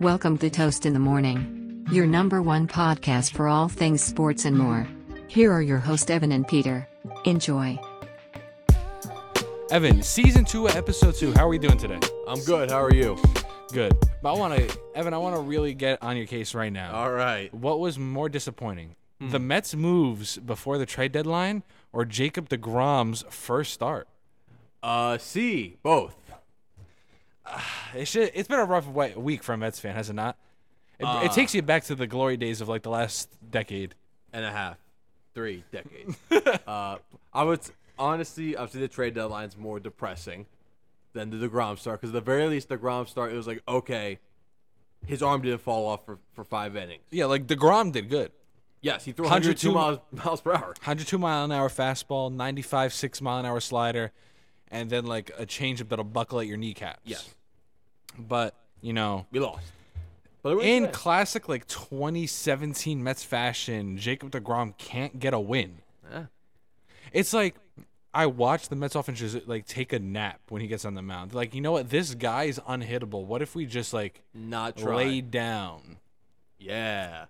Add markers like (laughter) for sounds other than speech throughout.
Welcome to Toast in the Morning, your number one podcast for all things sports and more. Here are your hosts, Evan and Peter. Enjoy. Evan, season two, episode two. How are we doing today? I'm good. How are you? Good. But I want to, Evan. I want to really get on your case right Hmm. now. All right. What was more disappointing, the Mets' moves before the trade deadline, or Jacob Degrom's first start? Uh, C, both. It should, it's been a rough wa- week for a Mets fan, has it not? It, it takes you back to the glory days of like the last decade. And a half. Three (laughs) decades. uh, I was honestly, I've seen the trade deadlines more depressing than the DeGrom start because, at the very least, the DeGrom start, it was like, okay, his arm didn't fall off for, for five innings. Yeah, like Degrom did good. Yes, he threw 102 miles, 102 miles per hour. 102 mile an hour fastball, 95 six mile an hour slider, and then like a changeup that'll buckle at your kneecaps. Yes. But you know, We lost. But we in win. classic like 2017 Mets fashion, Jacob DeGrom can't get a win. Yeah. It's like I watch the Mets offense just like take a nap when he gets on the mound. Like, you know what? This guy is unhittable. What if we just like not try. lay down? Yeah.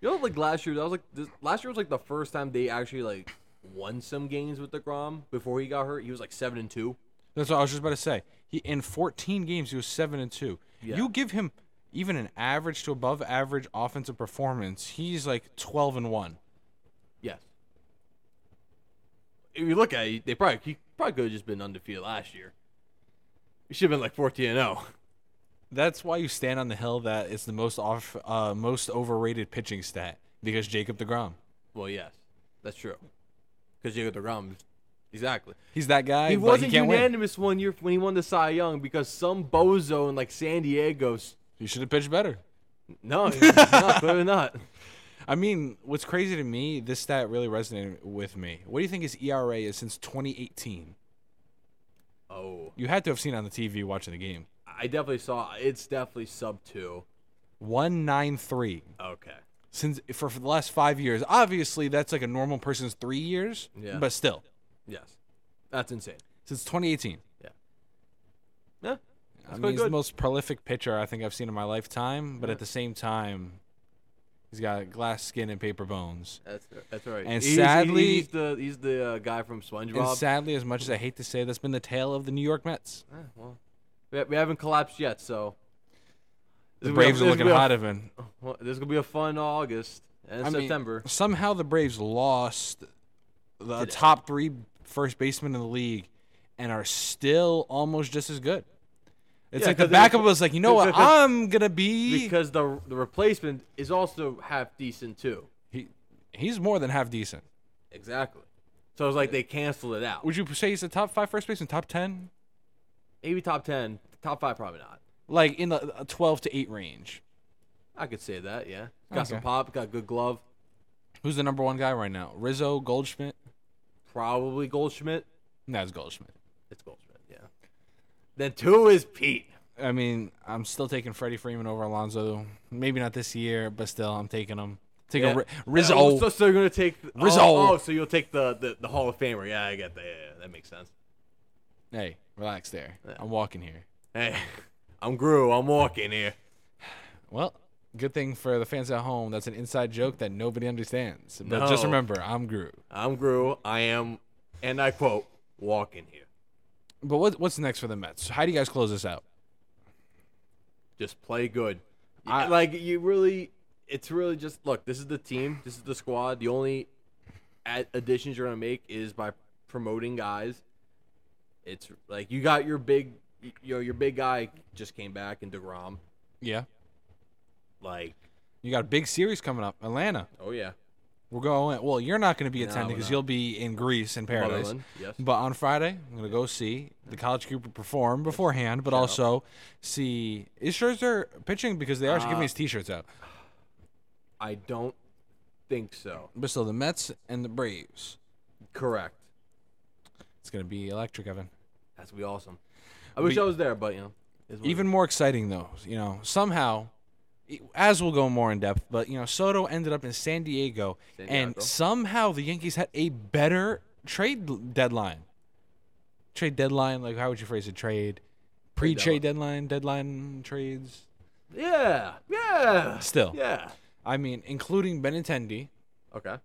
You know, like last year, that was like this, last year was like the first time they actually like won some games with Degrom before he got hurt. He was like seven and two. That's what I was just about to say. He in 14 games he was seven and two. Yeah. You give him even an average to above average offensive performance, he's like 12 and one. Yes. If you look at it, they probably he probably could have just been undefeated last year. He should have been like fourteen and oh. zero. That's why you stand on the hill that it's the most off, uh, most overrated pitching stat because Jacob Degrom. (laughs) Well, yes, that's true. Because Jacob Degrom, exactly. He's that guy. He but wasn't can't win. unanimous one year when he won the Cy Young because some bozo in like San Diego. s- You should have pitched better. (laughs) No, no, clearly not. I mean, what's crazy to me, this stat really resonated with me. What do you think his ERA is since 2018? Oh, You had to have seen it on the TV watching the game. I definitely saw. It's definitely sub two. 193 Okay. since for, for the last five years. Obviously, that's like a normal person's three years, Yeah. but still, Yes, that's insane. since 2018. Yeah. Yeah. I That's mean, quite he's the good. most prolific pitcher I think I've seen in my lifetime, but at the same time, he's got glass skin and paper bones. That's that's all right. And He's- he- sadly- he's the he's the uh, guy from And SpongeBob. sadly, as much as I hate to say, that's been the tale of the New York Mets. Eh, well, we, we haven't collapsed yet, so The This is gonna be Braves are a- this is looking gonna hot, (laughs) Evan. be a- well, This is gonna be a fun August and I mean, September. somehow the Braves lost the top three first basemen in the league and are still almost just as good. It's Yeah, like the 'cause they were- backup was like, you know (laughs) what? I'm gonna be. because the the replacement is also half decent too. he, he's more than half decent. Exactly. So it's like they canceled it out. Would you say he's the top five first baseman, top ten, Maybe top ten, top five probably not. like in the uh, twelve to eight range? I could say that. Yeah, got some Okay. pop, got good glove, Who's the number one guy right now? Rizzo, Goldschmidt. probably Goldschmidt. No, it's Goldschmidt. It's Goldschmidt. Yeah. Then two is Pete. I mean, I'm still taking Freddie Freeman over Alonso. Maybe not this year, but still, I'm taking him. Taking Ri- Rizzo. Oh, so, so you're gonna take the, Rizzo. Oh, oh, so you'll take the, the the Hall of Famer. Yeah, I get that. Yeah, yeah, that makes sense. Hey, relax there. I'm walking here. Hey, (laughs) I'm Gru. I'm walking here. Well, good thing for the fans at home. That's an inside joke that nobody understands. But just No. remember, I'm Gru. I'm Gru. I am, and I quote, walking here. But what, what's next for the Mets? How do you guys close this out? Just play good. I- like you really, it's really just look. This is the team. This is the squad. The only ad- additions you're gonna make is by promoting guys. It's like you got your big, you know, your big guy just came back in Degrom. Yeah. Like, You got a big series coming up. Atlanta. oh yeah, We're going. Well, you're not going to be attending we're because not. you'll be in Greece in paradise. Motherland, yes. But on Friday, I'm going to go see the college group perform beforehand, but also see is Scherzer pitching because they are Uh, actually giving his T-shirts out. I don't think so. But still, the Mets and the Braves. Correct. It's going to be electric, Evan. That's gonna be awesome. I wish But- I was there, but you know, it's what it Even more exciting though, you know, somehow, i- as we'll go more in depth, but you know, Soto ended up in San Diego, San Diego. and somehow the Yankees had a better trade l- deadline. Trade deadline, like how would you phrase it? Trade, pre-trade deadline. deadline, trades. Yeah. Yeah. Still. Yeah. I mean, including Benintendi. Okay.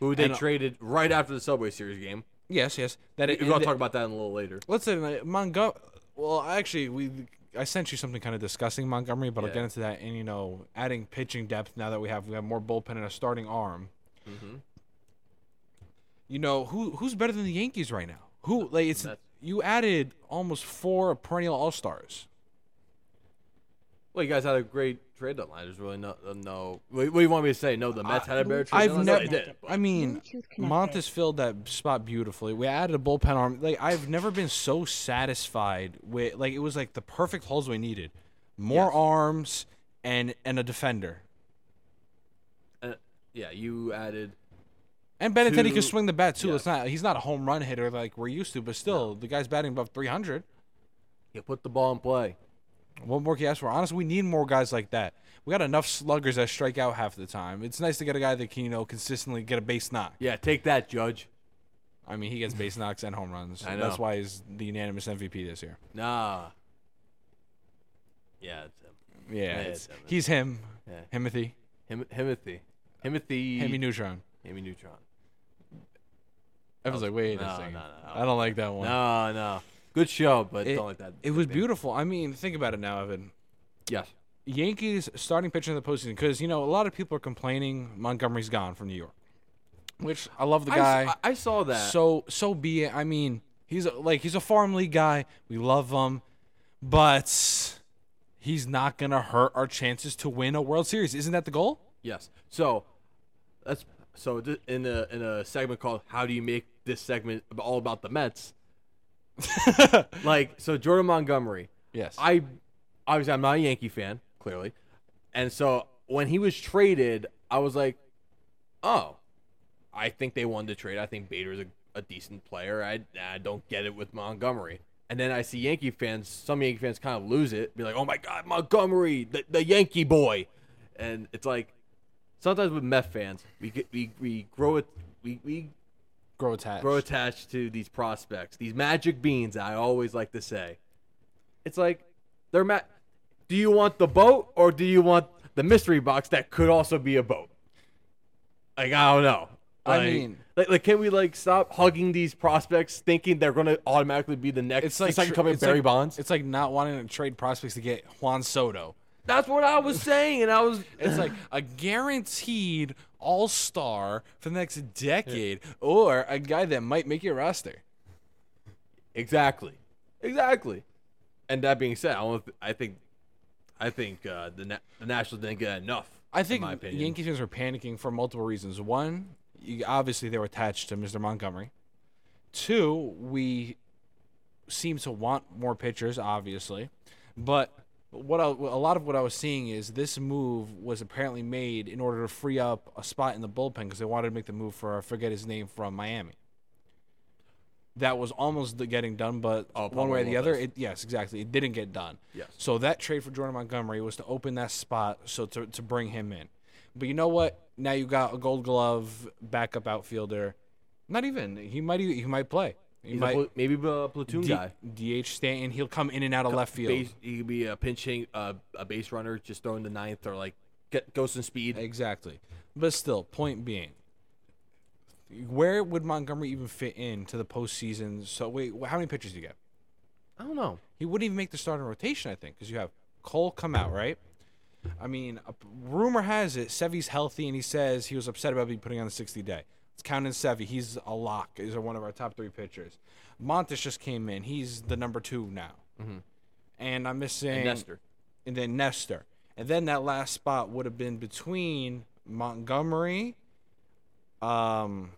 Who they And, uh, traded right after the Subway Series game. Yes, yes. That We're it, going to it- talk about that in a little later. let's say like, Montgomery. uh, Well, actually, we I sent you something kind of discussing Montgomery, but I'll Yeah. get into that. And you know, adding pitching depth now that we have we have more bullpen and a starting arm. Mm-hmm. You know who who's better than the Yankees right now? Who like it's That's- you added almost four perennial All Stars. Well, you guys had a great trade deadline. There's really no, uh, no. What, what do you want me to say? No, the Mets had a better trade I've deadline. never. No, they did. I mean, Montes filled that spot beautifully. We added a bullpen arm. Like I've never been so satisfied with. Like it was like the perfect holes we needed. More Yes. arms and and a defender. Uh, yeah, you added. And Benintendi Two- can swing the bat too. yeah. It's not he's not a home run hitter like we're used to, but still the guy's batting above 300. You put the ball in play. What more can you ask for? Honestly, we need more guys like that. We got enough sluggers that strike out half the time. It's nice to get a guy that can you know consistently get a base knock. Yeah, take that, Judge. I mean, he gets base knocks and home runs. I That's know. why he's the unanimous MVP this year. Nah. Yeah, it's him. Yeah, it's- it's- he's him. Yeah. Himothy. Him, Himothy. Himothy. Hemi Neutron. Amy Neutron. I was like, wait Oh, no, a second. no, no, I don't like that one. No, no. Good show, but It, don't like that. it was nickname. beautiful. I mean, think about it now, Evan. Yes. Yankees starting pitcher in the postseason because you know a lot of people are complaining Montgomery's gone from New York, which I love the I s- guy. I, I saw that. so so be it. I mean, he's a, like he's a farm league guy. We love him, but he's not gonna hurt our chances to win a World Series. Isn't that the goal? (laughs) Yes. So that's so th- in a in a segment called "How do you make this segment ab- all about the Mets?" like so, Jordan Montgomery. Yes. I obviously I'm not a Yankee fan, clearly, and so when he was traded, I was like, "Oh, I think they won the trade. I think Bader's a, a decent player. I I don't get it with Montgomery." And then I see Yankee fans, some Yankee fans kind of lose it, be like, "Oh my God, Montgomery, the, the Yankee boy," and it's like sometimes with Met fans, we get, we we grow it, we we grow attached. grow attached to these prospects, these magic beans. I always like to say, it's like they're ma- Do you want the boat or do you want the mystery box that could also be a boat? Like I don't know. I Like- mean- like, like, can we like stop hugging these prospects, thinking they're gonna automatically be the next? it's like second tr- coming it's Barry like- Bonds. It's like not wanting to trade prospects to get Juan Soto. That's what I was saying, and I was. It's like a guaranteed all star for the next decade or a guy that might make your roster. Exactly. Exactly. And that being said, I don't, th- I think I think uh, the na- the Nationals didn't get enough. I think in my opinion. Yankees fans were panicking for multiple reasons. One, you, obviously they were attached to Mr. Montgomery. Two, we seem to want more pitchers, obviously. But what I, a lot of what I was seeing is this move was apparently made in order to free up a spot in the bullpen because they wanted to make the move for I forget his name from Miami. That was almost the getting done, but Oh, one way or Pablo the other, Lopez. it, yes, exactly, it didn't get done. Yes. So that trade for Jordan Montgomery was to open that spot, so to to bring him in. But you know what? Now you got a Gold Glove backup outfielder. Not even he might e- he might play. He He's a might pl- maybe a platoon D- guy. DH Stanton. He'll come in and out of left field. Base, he could be a pinching uh, a base runner, just throwing the ninth or like get go some speed. Exactly. But still, point being, where would Montgomery even fit in to the postseason? So wait, wh- how many pitches do you get? I don't know. He wouldn't even make the starting rotation, I think, because you have Cole come out, right? I mean, a, rumor has it Sevy's healthy, and he says he was upset about being putting on the 60 day. Let's count in Sevy. He's a lock. He's one of our top three pitchers. Montes just came in. He's the number two now. And I'm missing Mm-hmm. Nestor. and then Nestor. And then that last spot would have been between Montgomery, um,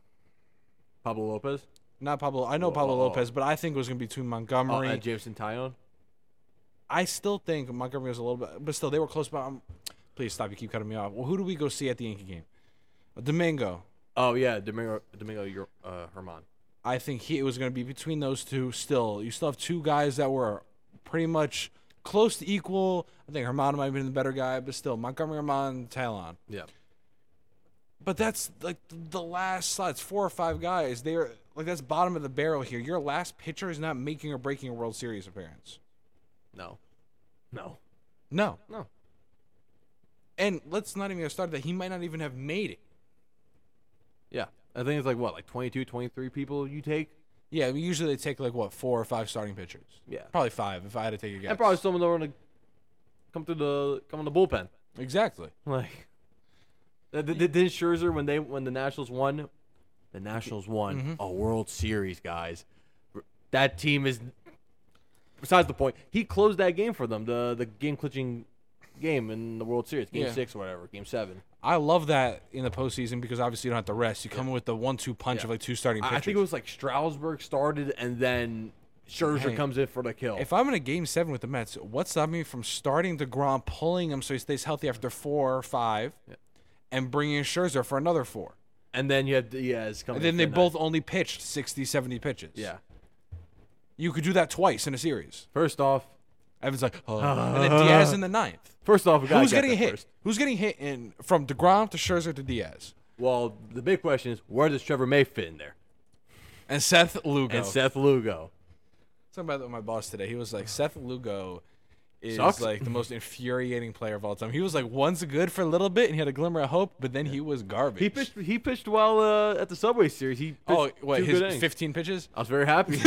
Pablo Lopez, not Pablo. I know Pablo Whoa. Lopez, but I think it was going to be between uh, Montgomery. uh, Jameson Tyone. I still think Montgomery was a little bit, but still they were close. But um, please stop. You keep cutting me off. Well, who do we go see at the Yankee game? Domingo. Oh yeah, Domingo Domingo Ur- uh, Herman. I think he it was going to be between those two. Still, you still have two guys that were pretty much close to equal. I think Herman might have been the better guy, but still Montgomery, Herman, Talon. Yeah. But that's like th- the last slot. It's four or five guys. They're like that's bottom of the barrel here. Your last pitcher is not making or breaking a World Series appearance. No. No. No. No. And let's not even get started that he might not even have made it. Yeah. I think it's like what, like 22, 23 people you take? Yeah, I mean, usually they take like what four or five starting pitchers. Yeah. Probably five if I had to take a guess. And probably someone that want to come through the come on the bullpen. exactly. Like uh, th- th- th- didn't Scherzer when they when the Nationals won, the Nationals won Mm-hmm. a World Series, guys. R- That team is besides the point. He closed that game for them, the the game clinching game in the World Series, game Yeah. six or whatever, game seven. I love that in the postseason because obviously you don't have to rest. You come in with the one-two punch Yeah. of like two starting pitchers. I, I think it was like Stroudsburg started and then Scherzer Hey, comes in for the kill. If I'm in a game seven with the Mets, what's stopping me from starting DeGrom, pulling him so he stays healthy after four or five, Yeah. and bringing in Scherzer for another four? and then you have Diaz coming. And then in for they the ninth. both only pitched 60, 70 pitches. Yeah. You could do that twice in a series. First off, Evan's like, oh. (laughs) and then Diaz in the ninth. first off, we gotta Who's get getting there hit? first. Who's getting hit in from DeGrom to Scherzer to Diaz? Well, the big question is where does Trevor May fit in there? And Seth Lugo. And Seth Lugo. talking about that with my boss today. He was like, Seth Lugo is Sucks. like the most infuriating player of all time. He was like once good for a little bit and he had a glimmer of hope, but then he was garbage. He pitched. He pitched well uh, at the Subway Series. He pitched oh, two wait, good his innings. 15 pitches? I was very (laughs) happy.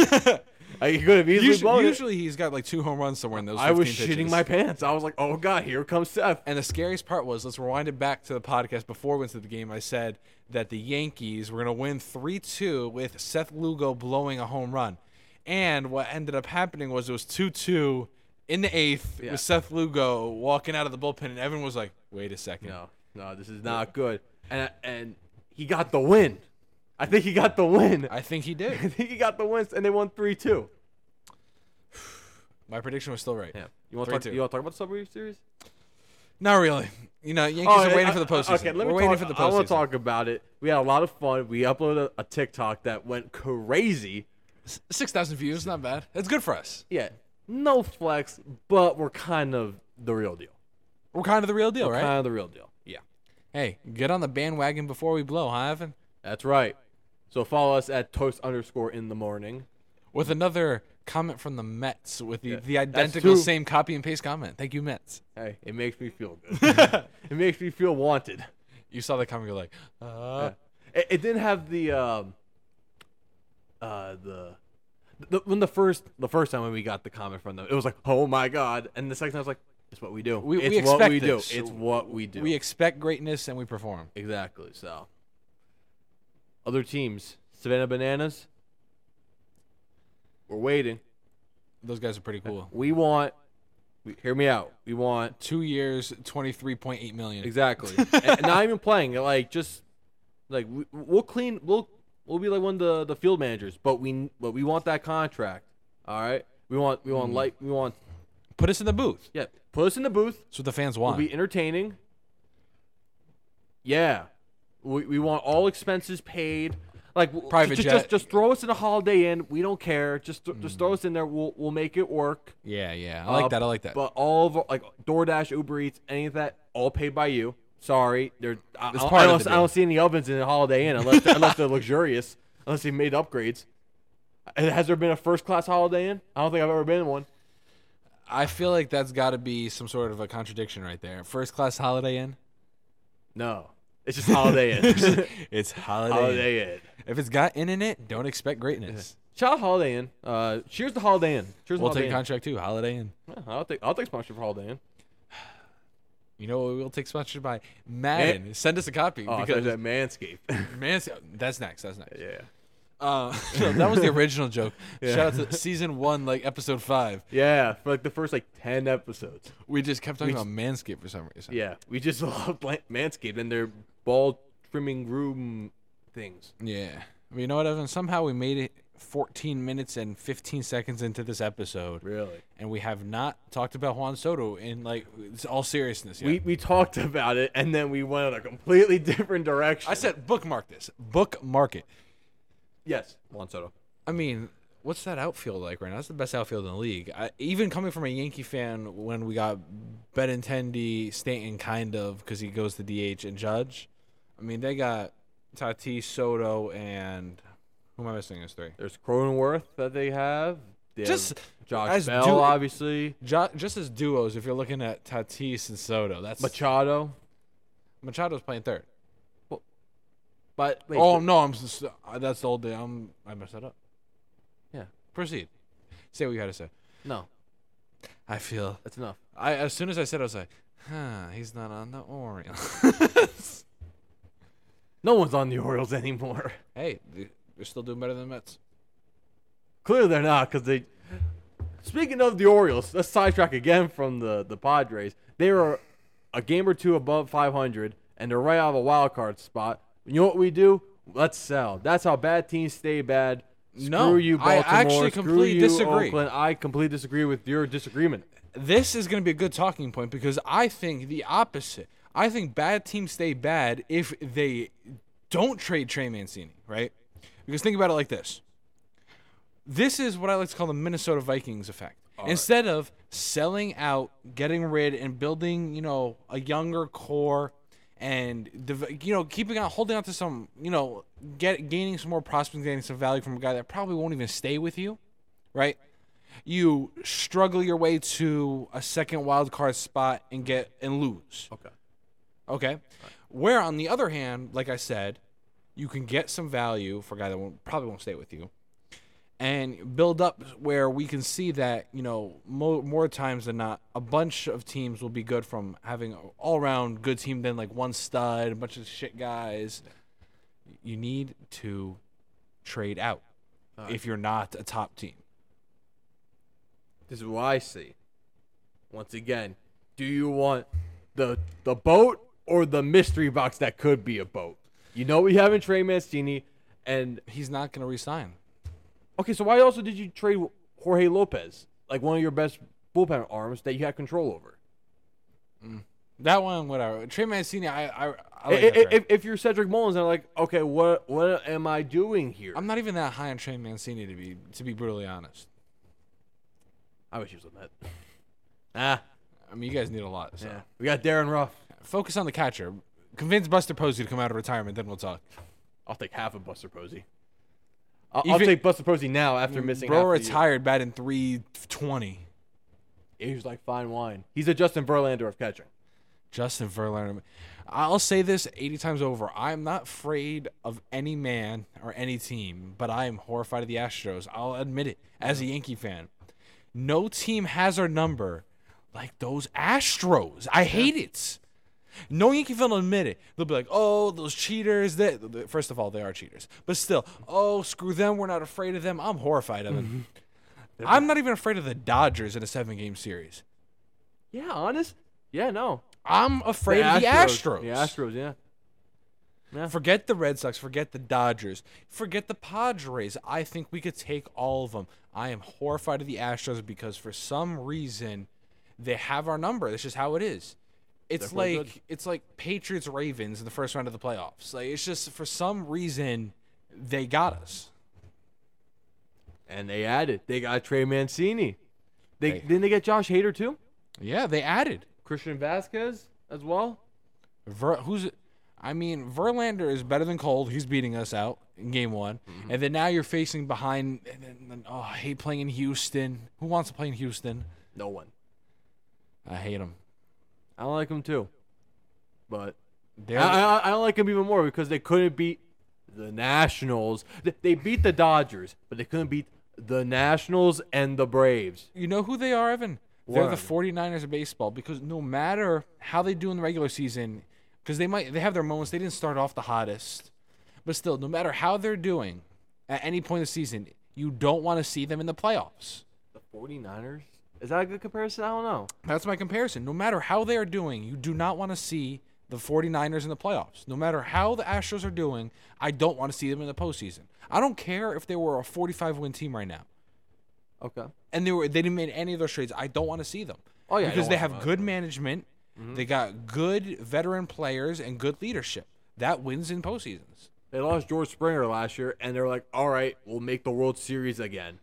I he could have easily Usu- blown Usually, it. he's got like two home runs somewhere in those. I was 15 shitting pitches. my pants. I was like, "Oh God, here comes Seth." And the scariest part was, let's rewind it back to the podcast before we went to the game. I said that the Yankees were going to win 3 2 with Seth Lugo blowing a home run. And what ended up happening was it was 2 2 in the eighth Yeah. with Seth Lugo walking out of the bullpen. And everyone was like, wait a second. No, no, this is not good. And and he got the win. I think he got the win. I think he I (laughs) did. think he got the wins, and they won three two. my prediction was still right. You want to 3-2. talk? You want to talk about the Subway Series? Not really. You know, Yankees are yeah, waiting Oh, I- for the I- postseason. Okay, let me we're waiting talk, for the postseason. I want to talk about it. We had a lot of fun. We uploaded a, a TikTok that went crazy. 6,000 views, not bad. That's good for us. Yeah, no flex, but we're kind of the real deal. We're kind of the real deal, right? Kind of the real deal. Yeah, Hey, get on the bandwagon before we blow, huh, Evan? that's right. So follow us at toast underscore in the morning. With another comment from the Mets with the, the that's identical true. same copy and paste comment. Thank you, Mets. Hey, it makes me feel (laughs) good. it makes me feel wanted. You saw that comment, you're like, uh, It, it didn't have the um, uh, the. The, when the first the first time when we got the comment from them, it was like, "Oh my god!" And the second time, I was like, "It's what we do. We- it's we what expect we this. do. It's what we do." we expect greatness and we perform. Exactly. So, other teams, Savannah Bananas. We're waiting. Those guys are pretty cool. We want. We, hear me out. We want Two years, twenty three point eight million. exactly, and, and not even playing. Like just like we, we'll clean. We'll we'll be like one of the the field managers, but we but we want that contract. All right. We want we want light. We want Put us in the booth. yeah. Put us in the booth. That's what the fans We'll want. be entertaining. Yeah, we, we want all expenses paid. Like w- Private just, jet. just just throw us in a Holiday Inn. We don't care. Just th- just throw us in there. We'll we'll make it work. yeah, yeah. I like Uh, that. I like that. But all of our- like DoorDash, Uber Eats, any of that, all paid by you. Sorry, there. I, I, It's don't- part I of don't, the I deal. don't see any ovens in a Holiday Inn unless unless they're luxurious. Unless they made upgrades. Uh, Has there been a first class Holiday Inn? I don't think I've ever been in one. I feel like that's got to be some sort of a contradiction right there. First class Holiday (laughs) Inn. No, it's just Holiday Inn. (laughs) it's Holiday, Inn. Holiday Inn. If it's got in in it, don't expect greatness. Shout out Holiday Inn. Uh, cheers to Holiday Inn. Cheers We'll to take Holiday contract too. Holiday Inn. Inn. Yeah, I'll take I'll take sponsorship for Holiday Inn. You know what we'll take sponsored by Madden. Send us a copy Oh, because because that Manscaped. (laughs) man, that's next. That's next. yeah. Uh, (laughs) so that was the original joke. Shout out to season one, like episode five. Yeah, for like the first like ten episodes. We just kept talking about Manscaped for some reason. Yeah, we just (laughs) love Blan- Manscaped and their ball trimming room things. Yeah. But you know what, Evan? Somehow we made it 14 minutes and 15 seconds into this episode, Really. and we have not talked about Juan Soto in like it's all seriousness. Yet. We we talked about it and then we went in a completely (laughs) different direction. I said bookmark this. Bookmark it. yes, Juan Soto. I mean, what's that outfield like right now? That's the best outfield in the league. I, even coming from a Yankee fan, when we got Benintendi, Stanton, kind of, because he goes to DH and Judge. I mean, they got Tatis, Soto, and who am I missing? Is three. There's Cronenworth that they have. They have Just Josh as Bell, du- obviously. Jo- just as duos, if you're looking at Tatis and Soto, that's Machado. Machado's playing third. But wait, oh th- no, I'm s- uh, that's the old day. I'm I messed that up. Yeah. Proceed. Say what you had to say. no, I feel. that's enough. I as soon as I said, it, I was like, huh, he's not on the Orioles. No one's on the Orioles (laughs) anymore. hey, th- they're still doing better than the Mets. Clearly they're not, because they. Speaking of the Orioles, let's sidetrack again from the the Padres. They were a game or two above 500, and they're right out of a wild card spot. You know what we do? Let's sell. That's how bad teams stay bad. Screw No, you, I Baltimore. actually Screw completely you, disagree. Oakland. I completely disagree with your disagreement. This is going to be a good talking point because I think the opposite. I think bad teams stay bad if they don't trade Trey Mancini, right? Because think about it like this. This is what I like to call the Minnesota Vikings effect. Instead of selling out, getting rid, and building, you know, a younger core, and dev- you know, keeping on holding on to some, you know, get gaining some more prospects, gaining some value from a guy that probably won't even stay with you, right? You struggle your way to a second wild card spot and get and lose. Okay. Okay. Where on the other hand, like I said, you can get some value for a guy that won't, probably won't stay with you, and build up where we can see that you know mo- more times than not, a bunch of teams will be good from having an all around good team than like one stud, a bunch of shit guys. You need to trade out if you're not a top team. This is what I see. Once again, do you want the the boat or the mystery box that could be a boat? You know we have in Trey Mancini, and He's not going to resign. okay, so why also did you trade Jorge Lopez, like one of your best bullpen arms that you had control over? That one, whatever. Trey Mancini, I, I, I I- like I- that if, trade. if, you're Cedric Mullins, they're like, okay, what what am I doing here? I'm not even that high on Trey Mancini to be to be brutally honest. I wish he was a Met. (laughs) Ah, I mean, you guys need a lot. So yeah. we got Darren Ruff. focus on the catcher. Convince Buster Posey to come out of retirement, then we'll talk. I'll take half of Buster Posey. I'll, I'll Even- take Buster Posey now after missing. Bro half the year. retired batting 320. He was like fine wine. He's a Justin Verlander of catching. Justin Verlander. I'll say this 80 times over. I'm not afraid of any man or any team, but I am horrified of the Astros. I'll admit it as a Yankee fan. No team has our number like those Astros. I hate it. No Yankee fan will admit it. They'll be like, oh, those cheaters. They, first of all, they are cheaters. But still, oh, screw them. We're not afraid of them. I'm horrified of them. I'm not even afraid of the Dodgers in a seven game series. Yeah, honest. Yeah, no. I'm afraid of the Astros. The Astros, yeah. Forget the Red Sox. Forget the Dodgers. Forget the Padres. I think we could take all of them. I am horrified of the Astros because for some reason they have our number. That's just how it is. It's Definitely like it's like Patriots Ravens in the first round of the playoffs. Like it's just for some reason they got us. And they added. They got Trey Mancini. They Hey. didn't they get Josh Hader too? Yeah, they added. Christian Vasquez as well. Ver, who's I mean, Verlander is better than Cold. He's beating us out in game one. And then now you're facing behind. And then, then- oh, I hate playing in Houston. Who wants to play in Houston? No one. I hate them. I don't like him too. But I, They're, I, I don't like him even more because they couldn't beat the Nationals. They, they beat the Dodgers, but they couldn't beat the Nationals and the Braves. you know who they are, Evan? They're What? the 49ers of baseball because no matter how they do in the regular season, because they might they have their moments. They didn't start off the hottest, but still, no matter how they're doing at any point of the season, you don't want to see them in the playoffs. The 49ers? Is that a good comparison? I don't know. That's my comparison. No matter how they are doing, you do not want to see the 49ers in the playoffs. No matter how the Astros are doing, I don't want to see them in the postseason. I don't care if they were a 45 win team right now Okay. and they were they didn't make any of those trades. I don't want to see them. Oh, yeah, I because don't they want have them good management. They got good veteran players and good leadership. That wins in postseasons. They lost George Springer last year, and they're like, all right, we'll make the World Series again.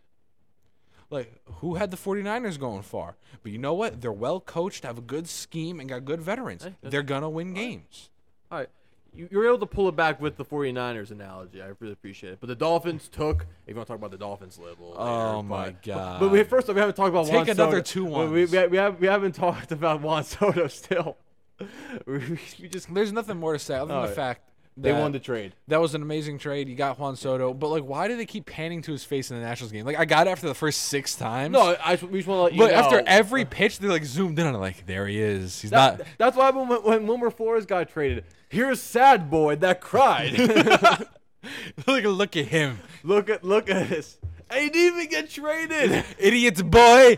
Like who had the 49ers going far? But you know what? They're well coached, have a good scheme and got good veterans. Hey, that's- They're going to win games. All right. you, you're able to pull it back with the 49ers analogy. I really appreciate it. But the Dolphins took. If you want to talk about the Dolphins level. later, Oh my but- But, but we, God. first, off, we haven't talked about Take Juan another Soto. two We- We, ones. we, we, have, we haven't talked about Juan Soto still. (laughs) we, we just There's nothing more to say other than the Alright. fact they that won the trade. that was an amazing trade. You got Juan Soto, but like, why do they keep panning to his face in the Nationals game? Like, I got it after the first six times. No, I just, we just want to let you but know. after every pitch, they like zoomed in on it. Like, there he is. He's That- not. that's why when, when Wilmer Flores got traded, here's sad boy that cried. (laughs) like, (laughs) look at him, look at look at this. And he didn't even get traded. idiots, boy.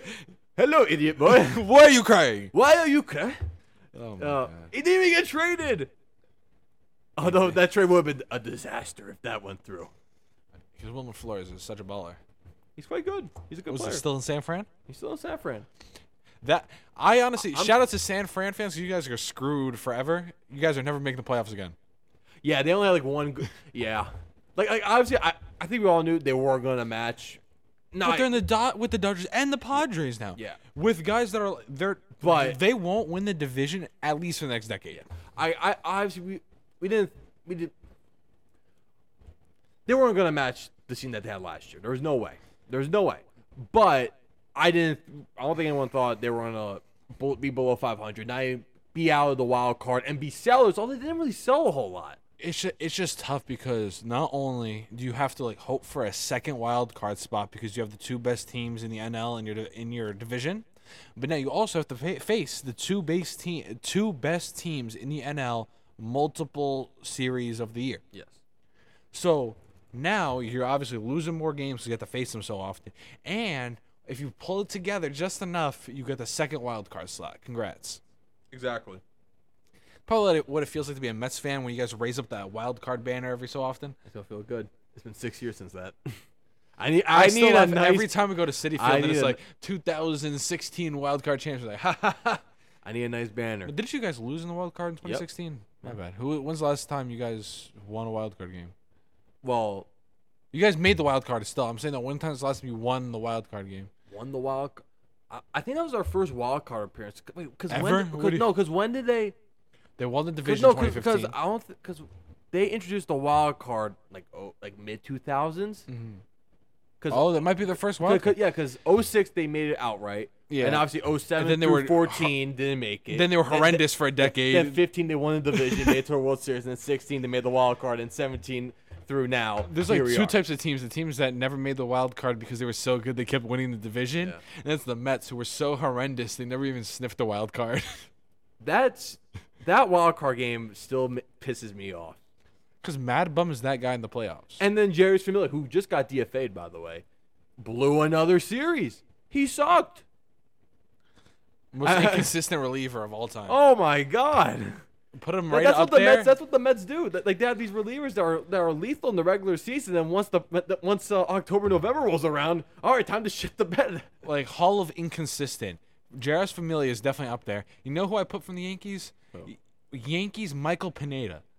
Hello, idiot boy. Why are you crying? (laughs) Why are you crying? Oh my Uh, God. he didn't even get traded. Although that trade would have been a disaster if that went through. Because Wilmer Flores is such a baller. He's quite good. He's a good Was player. he still in San Fran? He's still in San Fran. That I honestly I'm- shout out to San Fran fans. 'cause You guys are screwed forever. You guys are never making the playoffs again. Yeah, they only had like one. Good, (laughs) yeah, like, like obviously, I, I think we all knew they were gonna match. No, But they're in the dot with the Dodgers and the Padres now. Yeah. With guys that are they're But- they won't win the division at least for the next decade. I, I obviously we we didn't we did. They weren't gonna match the scene that they had last year. There was no way. There's no way. But I didn't. I don't think anyone thought they were gonna bul- be below 500. Now you be out of the wild card and be sellers. Although they didn't really sell a whole lot. It's just, it's just tough because not only do you have to like hope for a second wild card spot because you have the two best teams in the NL in your di- in your division, but now you also have to fa- face the two base team two best teams in the NL multiple series of the year. Yes. So now you're obviously losing more games because you have to face them so often. And if you pull it together just enough, you get the second wild card slot. Congrats. Exactly. Probably what it- what it feels like to be a Mets fan when you guys raise up that wild card banner every so often. It's gonna feel good. It's been six years since that. (laughs) I need. I, I, need still a laugh nice. every time we go to City Field I and need it's a- like 2016 wild card champs. We're like, ha ha ha. I need a nice banner. Didn't you guys lose in the wild card in 2016? My bad. Who? When's the last time you guys won a wild card game? Well, You guys made the wild card still. I'm saying that one time's the last time you won the wild card game. won the wild. c- I, I think that was our first wild card appearance. C- Wait, because Ever? when? What Cause, do you- no, because when did they? They won the Cause, division no, in because 2015. I don't because they introduced the wild card like oh like mid two thousands. Mm-hmm. Because Oh, that might be their first wild. card. yeah, because 06 they made it outright. Yeah. and obviously 07 And then they through were hor- 14 didn't make it. Then they were Th- horrendous for a Then, decade. then 15 they won the division, made it to a World Series, and then 16 they made the wild card, and 17 through now. There's here like we two are. types of teams: the teams that never made the wild card because they were so good they kept winning the division, Yeah. and that's the Mets who were so horrendous they never even sniffed the wild card. (laughs) That's that wild card game still m- pisses me off. Because Mad Bum is that guy in the playoffs. And then Jerry's Familia, who just got DFA'd, by the way, blew another series. He sucked. (laughs) Most inconsistent reliever of all time. Oh my god. Put him right Like, that's up what the there. Mets. That's what the Mets do. That- Like they have these relievers that are that are lethal in the regular season. And once the that- once uh, October November rolls around, all right, time to shit the bed. like Hall of Inconsistent. Jairus Familia is definitely up there. You know who I put from the Yankees? Y- Yankees Michael Pineda. (laughs)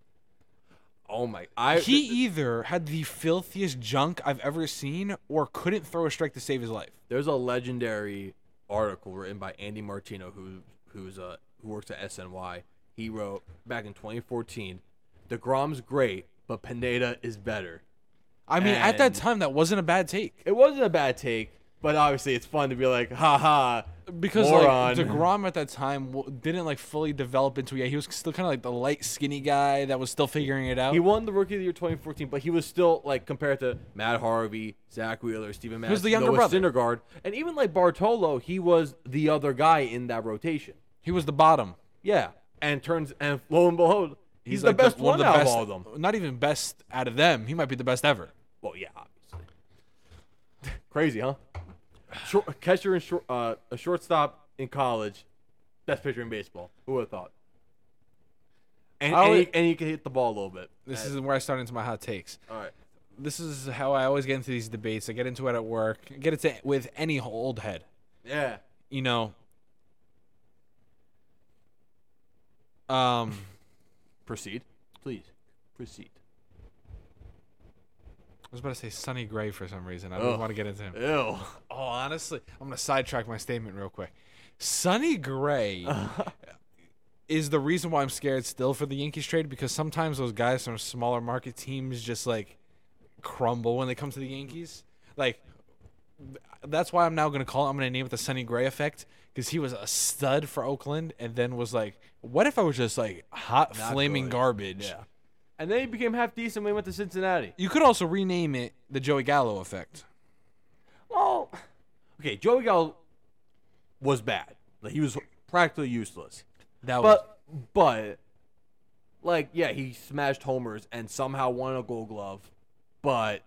Oh my! I He either had the filthiest junk I've ever seen or couldn't throw a strike to save his life. there's a legendary article written by Andy Martino who who's uh who works at SNY. He wrote back in 2014, "DeGrom's great, but Pineda is better." I mean, at that And- time, that wasn't a bad take It wasn't a bad take, but obviously it's fun to be like, "Ha ha!" because Moron. like Degrom at that time w- didn't like fully develop into yeah, he was still kind of like the light, skinny guy that was still figuring it out. He won the Rookie of the Year 2014, but he was still like compared to Matt Harvey, Zach Wheeler, Steven Matz, was the younger Noah brother. Syndergaard, and even like Bartolo, he was the other guy in that rotation. he was the bottom. Yeah, and turns and lo and behold, he's, the like, best of one, the out best- of all of them. Not even best out of them. He might be the best ever. Well, yeah, obviously. (laughs) Crazy, huh? Short, catcher and short, uh, a shortstop in college, best pitcher in baseball. Who would have thought? And I and, would- he, and he can hit the ball a little bit. This is where I start into my hot takes. all right. This is how I always get into these debates. I get into it at work. I get into it with any old head. Yeah. You know. Um. Proceed, please. Proceed. I was about to say Sonny Gray for some reason. I don't Ugh. want to get into him. Ew. Oh, (laughs) honestly, I'm gonna sidetrack my statement real quick. Sonny Gray is the reason why I'm scared still for the Yankees trade because sometimes those guys from smaller market teams just like crumble when they come to the Yankees. Like th- that's why I'm now gonna call. It, I'm gonna name it the Sonny Gray effect because he was a stud for Oakland and then was like, what if I was just like hot Not flaming good. garbage? Yeah. And then he became half decent when he went to Cincinnati. You could also rename it the Joey Gallo effect. Well, okay, Joey Gallo was bad. Like he was practically useless. That was But but like yeah, he smashed homers and somehow won a Gold Glove. But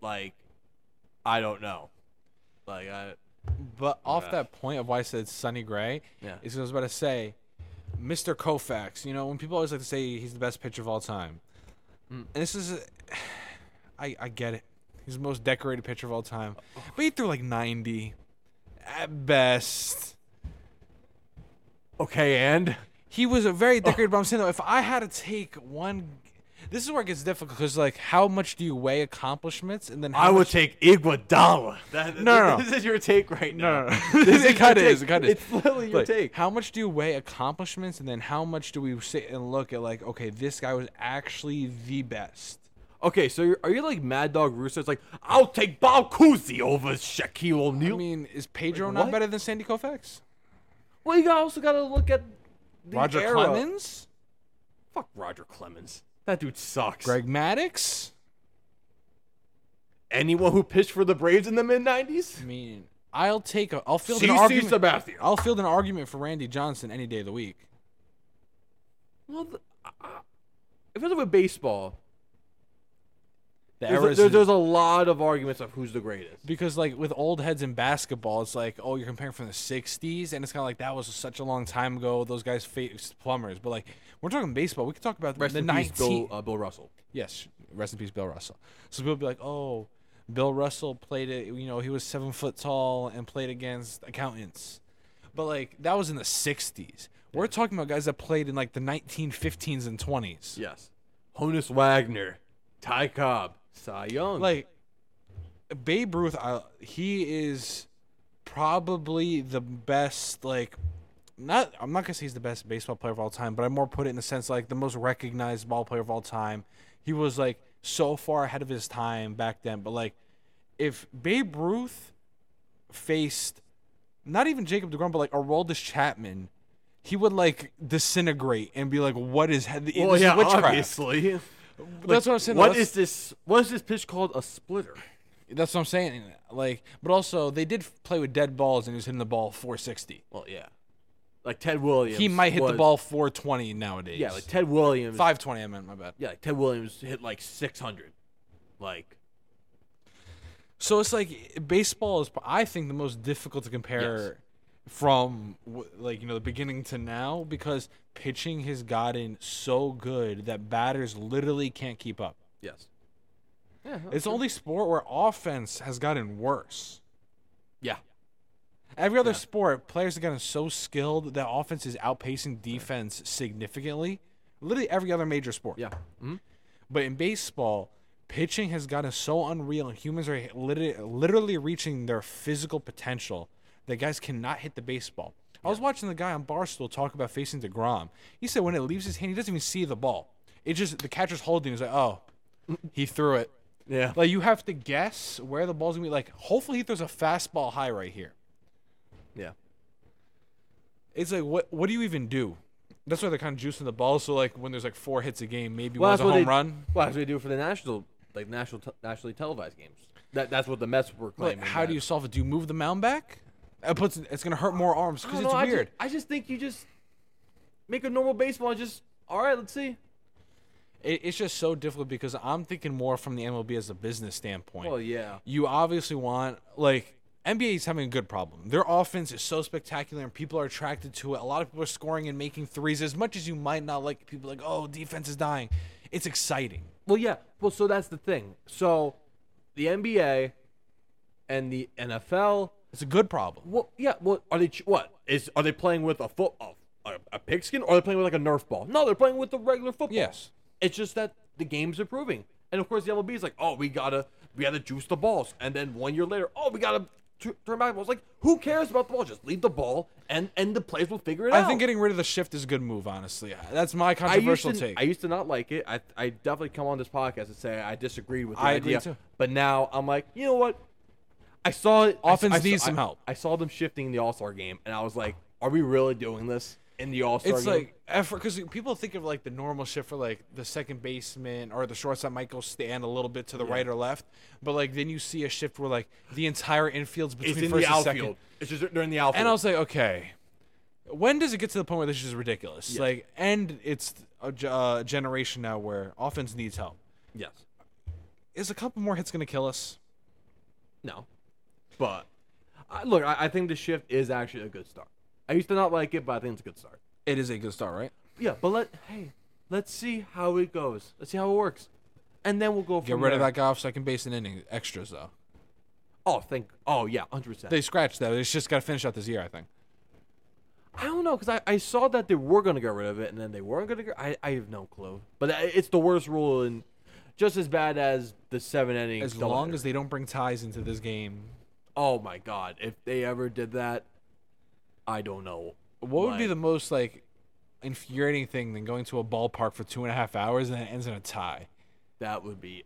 like I don't know. Like I But off Yeah. that point of why I said Sonny Gray, Yeah. is I was about to say, Mr. Koufax. You know, when people always like to say he's the best pitcher of all time, Mm, and this is, a- (sighs) I I get it. He's the most decorated pitcher of all time, but he threw like 90, at best. okay, and He was a very decorated. But I'm saying though, if I had to take one, this is where it gets difficult because like, how much do you weigh accomplishments, and then how I would much- (laughs) take Iguodala. That, No, no, this is your take right now. No, no, no. it kind of your is. It take. kind of It's literally your take. How much do you weigh accomplishments, and then how much do we sit and look at like, okay, this guy was actually the best? Okay, so you're, are you like Mad Dog Russo? It's like I'll take Balcuzi over Shaquille O'Neal. I mean, is Pedro Wait, not what? better than Sandy Koufax? well, you also got to look at the Roger era. Clemens, Fuck Roger Clemens. That dude sucks. Greg Maddox. Anyone who pitched for the Braves in the mid '90s. I mean, I'll take a. I'll field an CC argument. Sabathia. I'll field an argument for Randy Johnson any day of the week. Well, the, I- if it's with baseball, The there's, eras a, there- is- there's a lot of arguments of who's the greatest. because like with old heads in basketball, it's like oh you're comparing from the '60s, and it's kind of like that was such a long time ago. Those guys faced plumbers, but like we're talking baseball, we could talk about Rest the in peace, 19- Bill, uh, Bill Russell. yes, rest in peace, Bill Russell. So people be like, oh, Bill Russell played it. You know, he was seven foot tall and played against accountants, but like that was in the '60s. We're talking about guys that played in like the 1915s and 20s. Yes. Honus Wagner, Ty Cobb, Cy Young. like Babe Ruth, I, he is probably the best. Like, not I'm not gonna say he's the best baseball player of all time, but I more put it in the sense like the most recognized ball player of all time. He was like so far ahead of his time back then. But like, if Babe Ruth faced not even Jacob Degrom, but like Aroldis Chapman. He would like disintegrate and be like, "What is he- this well, is yeah, witchcraft." obviously. That's what I'm saying. What That's- is this? What is this pitch called? A splitter? That's what I'm saying. Like, but also they did play with dead balls, and he was hitting the ball 460. Well, yeah. Like Ted Williams. He might hit was- the ball 420 nowadays. Yeah, like Ted Williams. 520. I meant my bad. Yeah, like Ted Williams hit like 600. Like So it's like baseball is, I think, the most difficult to compare from w- like you know the beginning to now because pitching has gotten so good that batters literally can't keep up. yes. Uh-huh. It's the only sport where offense has gotten worse. Yeah. Every other sport, players have gotten so skilled that offense is outpacing defense significantly. Literally every other major sport. Yeah. hmm But in baseball, pitching has gotten so unreal, and humans are literally, literally reaching their physical potential that guys cannot hit the baseball. I was watching the guy on Barstool talk about facing DeGrom. He said when it leaves his hand, he doesn't even see the ball. It just, the catcher's holding. He's like, oh, he threw it. Yeah. Like, you have to guess where the ball's going to be. Like, hopefully he throws a fastball high right here. yeah. It's like what what do you even do? That's why they're kind of juicing the ball. So like when there's like four hits a game, maybe Well, one's that's a what home they, run. Well, that's what they do for the national, like national, te- nationally televised games. That that's what the Mets were But claiming. how do that- you solve it? Do you move the mound back? It puts it's gonna hurt more arms I because don't it's know, I ju- weird. I just, think you just make a normal baseball. and Just all right. Let's see. It, it's just so difficult because I'm thinking more from the MLB as a business standpoint. Well, yeah. you obviously want like NBA is having a good problem. Their offense is so spectacular and people are attracted to it. A lot of people are scoring and making threes as much as you might not like people like, "Oh, defense is dying." It's exciting. Well, yeah. Well, so that's the thing. So the NBA and the NFL. It's a good problem. Well, yeah. Well, are they ch- what is are they playing with a foot a, a, a pigskin or are they playing with like a Nerf ball? No, they're playing with the regular football. Yes. It's just that the game's improving, and of course the MLB is like, oh, we gotta we gotta juice the balls, and then one year later, oh, we gotta tu- turn back the ball. It's like, who cares about the ball? Just leave the ball, and and the players will figure it out. I think getting rid of the shift is a good move, honestly. That's my I used, controversial to, take. I used to not like it. I, I definitely come on this podcast and say I disagreed with the I agree idea. too. But now I'm like, you know what? I saw it. I s- Offense I saw- needs I- some help. I saw them shifting in the All Star game, and I was like, are we really doing this in the All Star game? it's like effort because people think of like the normal shift for like the second baseman or the shortstop might go stand a little bit to the right or left, but like then you see a shift where like the entire infield's between it's in first the and outfield. second. It's just they're in the outfield. And I was like, okay, when does it get to the point where this is ridiculous? Like, and it's a ge- uh, generation now where offense needs help. yes, Is a couple more hits gonna kill us? no, but I, look, I, I think the shift is actually a good start. I used to not like it, but I think it's a good start. It is a good start, right? Yeah, but let hey, let's see how it goes. Let's see how it works, and then we'll go. Get rid of that guy off second base and inning extras though. Oh, thank. Oh yeah, hundred percent. They scratched that. It's just gotta finish out this year, I think. I don't know because I, I saw that they were gonna get rid of it and then they weren't gonna. Get, I I have no clue. But I- it's the worst rule and just as bad as the seven inning. As long doubleheader. as they don't bring ties into this game, oh my god, if they ever did that, I don't know. what would be Like- the most like infuriating thing than going to a ballpark for two and a half hours and it ends in a tie? That would be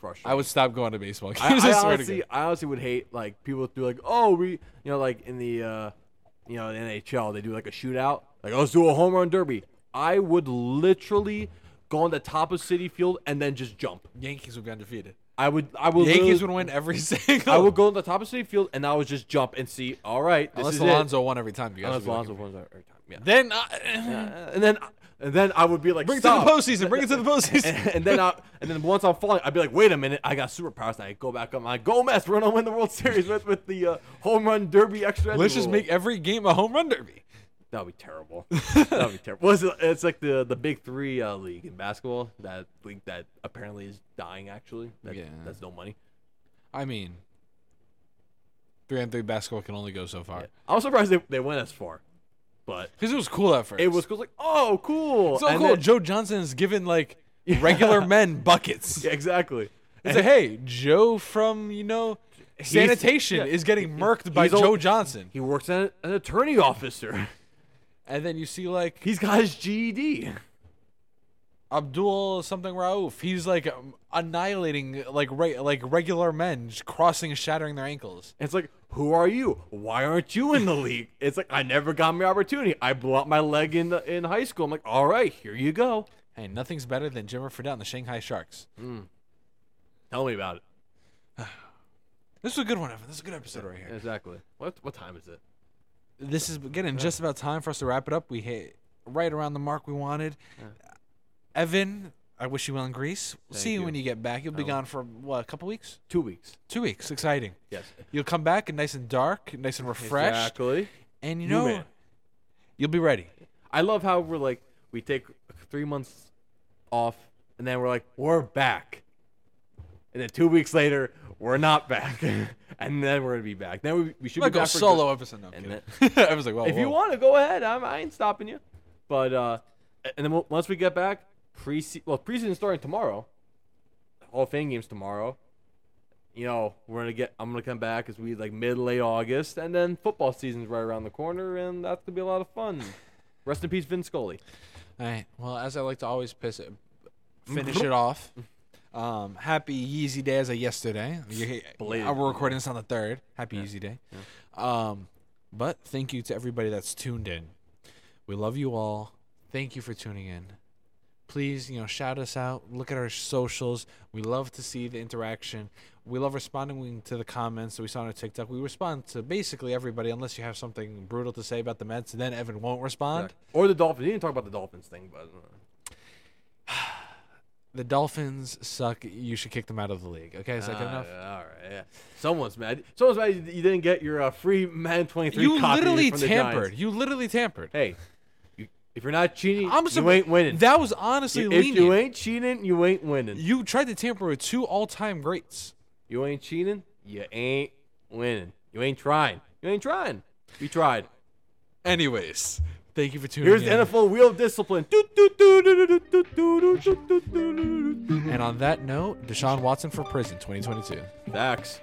frustrating. I would stop going to baseball (laughs) I, games. I I, swear to honestly, God. I honestly would hate like people do like, oh, we, you know, like in the, uh, you know, the NHL, they do like a shootout, like let's do a home run derby. I would literally go on the top of City Field and then just jump. Yankees would be undefeated. I would, I would, Yankees literally- would win every (laughs) single. I would go on the top of City Field and I would just jump and see. All right, this Unless is Alonzo won every time, you it. guys. Unless would be Alonso like- wins every time, yeah. Then I, Uh, and then, and then I would be (laughs) like, bring it to the stop. postseason. Bring it to the (laughs) postseason. and then I, and then once I'm falling, I'd be like, wait a minute, I got superpowers. And I go back up. I'm like, Gomez, we're gonna win the World Series with, with the uh, home run derby extra. Let's just rule." make every game a home run derby. that would be terrible. (laughs) that would be terrible. Well, it's, it's like the the big three uh, league in basketball. That league that apparently is dying. Actually, that, Yeah. that's no money. I mean, three on three basketball can only go so far. I was surprised they, they went as far, but Because it was cool at first. it was cool. It's Like, oh, cool. so And cool. then- Joe Johnson is giving (laughs) like regular men buckets. yeah, exactly. It's like, hey, Joe from you know sanitation yeah, is getting murked by he's al- Joe Johnson, He works at an attorney officer. (laughs) and then you see like He's got his E GED. Abdul something Rauf. He's like um, annihilating like re- like regular men, just crossing and shattering their ankles. It's like, who are you? Why aren't you (laughs) in the league? It's like I never got my opportunity. I blew out my leg in the, in high school. I'm like, all right, here you go. Hey, nothing's better than Jimmer Fredette and the Shanghai Sharks. Tell me about it. This is a good one, Evan. This is a good episode right here. Exactly. What what time is it? This is getting just about time for us to wrap it up. We hit right around the mark we wanted. Evan, I wish you well in Greece. We'll see you, you. when you get back. You'll be gone for what, a couple weeks? Two weeks. Two weeks. Exciting. Yes. You'll come back and nice and dark, and nice and refreshed, Exactly. and you New know man. you'll be ready. I love how we're like we take three months off and then we're like we're back, and then two weeks later we're not back, (laughs) and then we're gonna be back. Then we, we should Like be a back for good. solo episode. No, I'm And kidding. (laughs) I was like, well, If you whoa. want to go ahead, I'm, I ain't stopping you. But uh, and then w- once we get back, pre well preseason starting tomorrow, Hall of Fame games tomorrow. You know we're gonna get. I'm gonna come back as we like mid late August, and then football season's right around the corner, and that's gonna be a lot of fun. Rest in peace, Vin Scully. All right. Well, as I like to always piss it, finish it off. Um, happy Yeezy Day as of yesterday. You- Belated. uh, We're recording this on the third. Happy Yeezy Day. Um, but thank you to everybody that's tuned in. We love you all. Thank you for tuning in. Please, you know, shout us out. Look at our socials. We love to see the interaction. We love responding to the comments that we saw on our TikTok. We respond to basically everybody, unless you have something brutal to say about the Mets. Then Evan won't respond. Or the Dolphins. You didn't talk about the Dolphins thing, but uh, the Dolphins suck. You should kick them out of the league. Okay, is that good uh, enough? all right. Yeah. Someone's mad. Someone's mad. You you didn't get your uh, free Madden 23 You copy literally from the Giants. tampered. You literally tampered. Hey, you, if you're not cheating, I'm you surpri- ain't winning. That was honestly if lenient. you You, ain't cheating, you ain't winning. tried to tamper with two all-time greats. You ain't cheating, you ain't winning. You ain't trying. You ain't trying. You tried. Anyways, thank you for tuning Here's in. the NFL wheel of discipline. Doot, doot, doot, doot, doot, doot, doot, doot, doot, doot, doot, doot. And on that note, Deshaun Watson for prison 2022. Facts.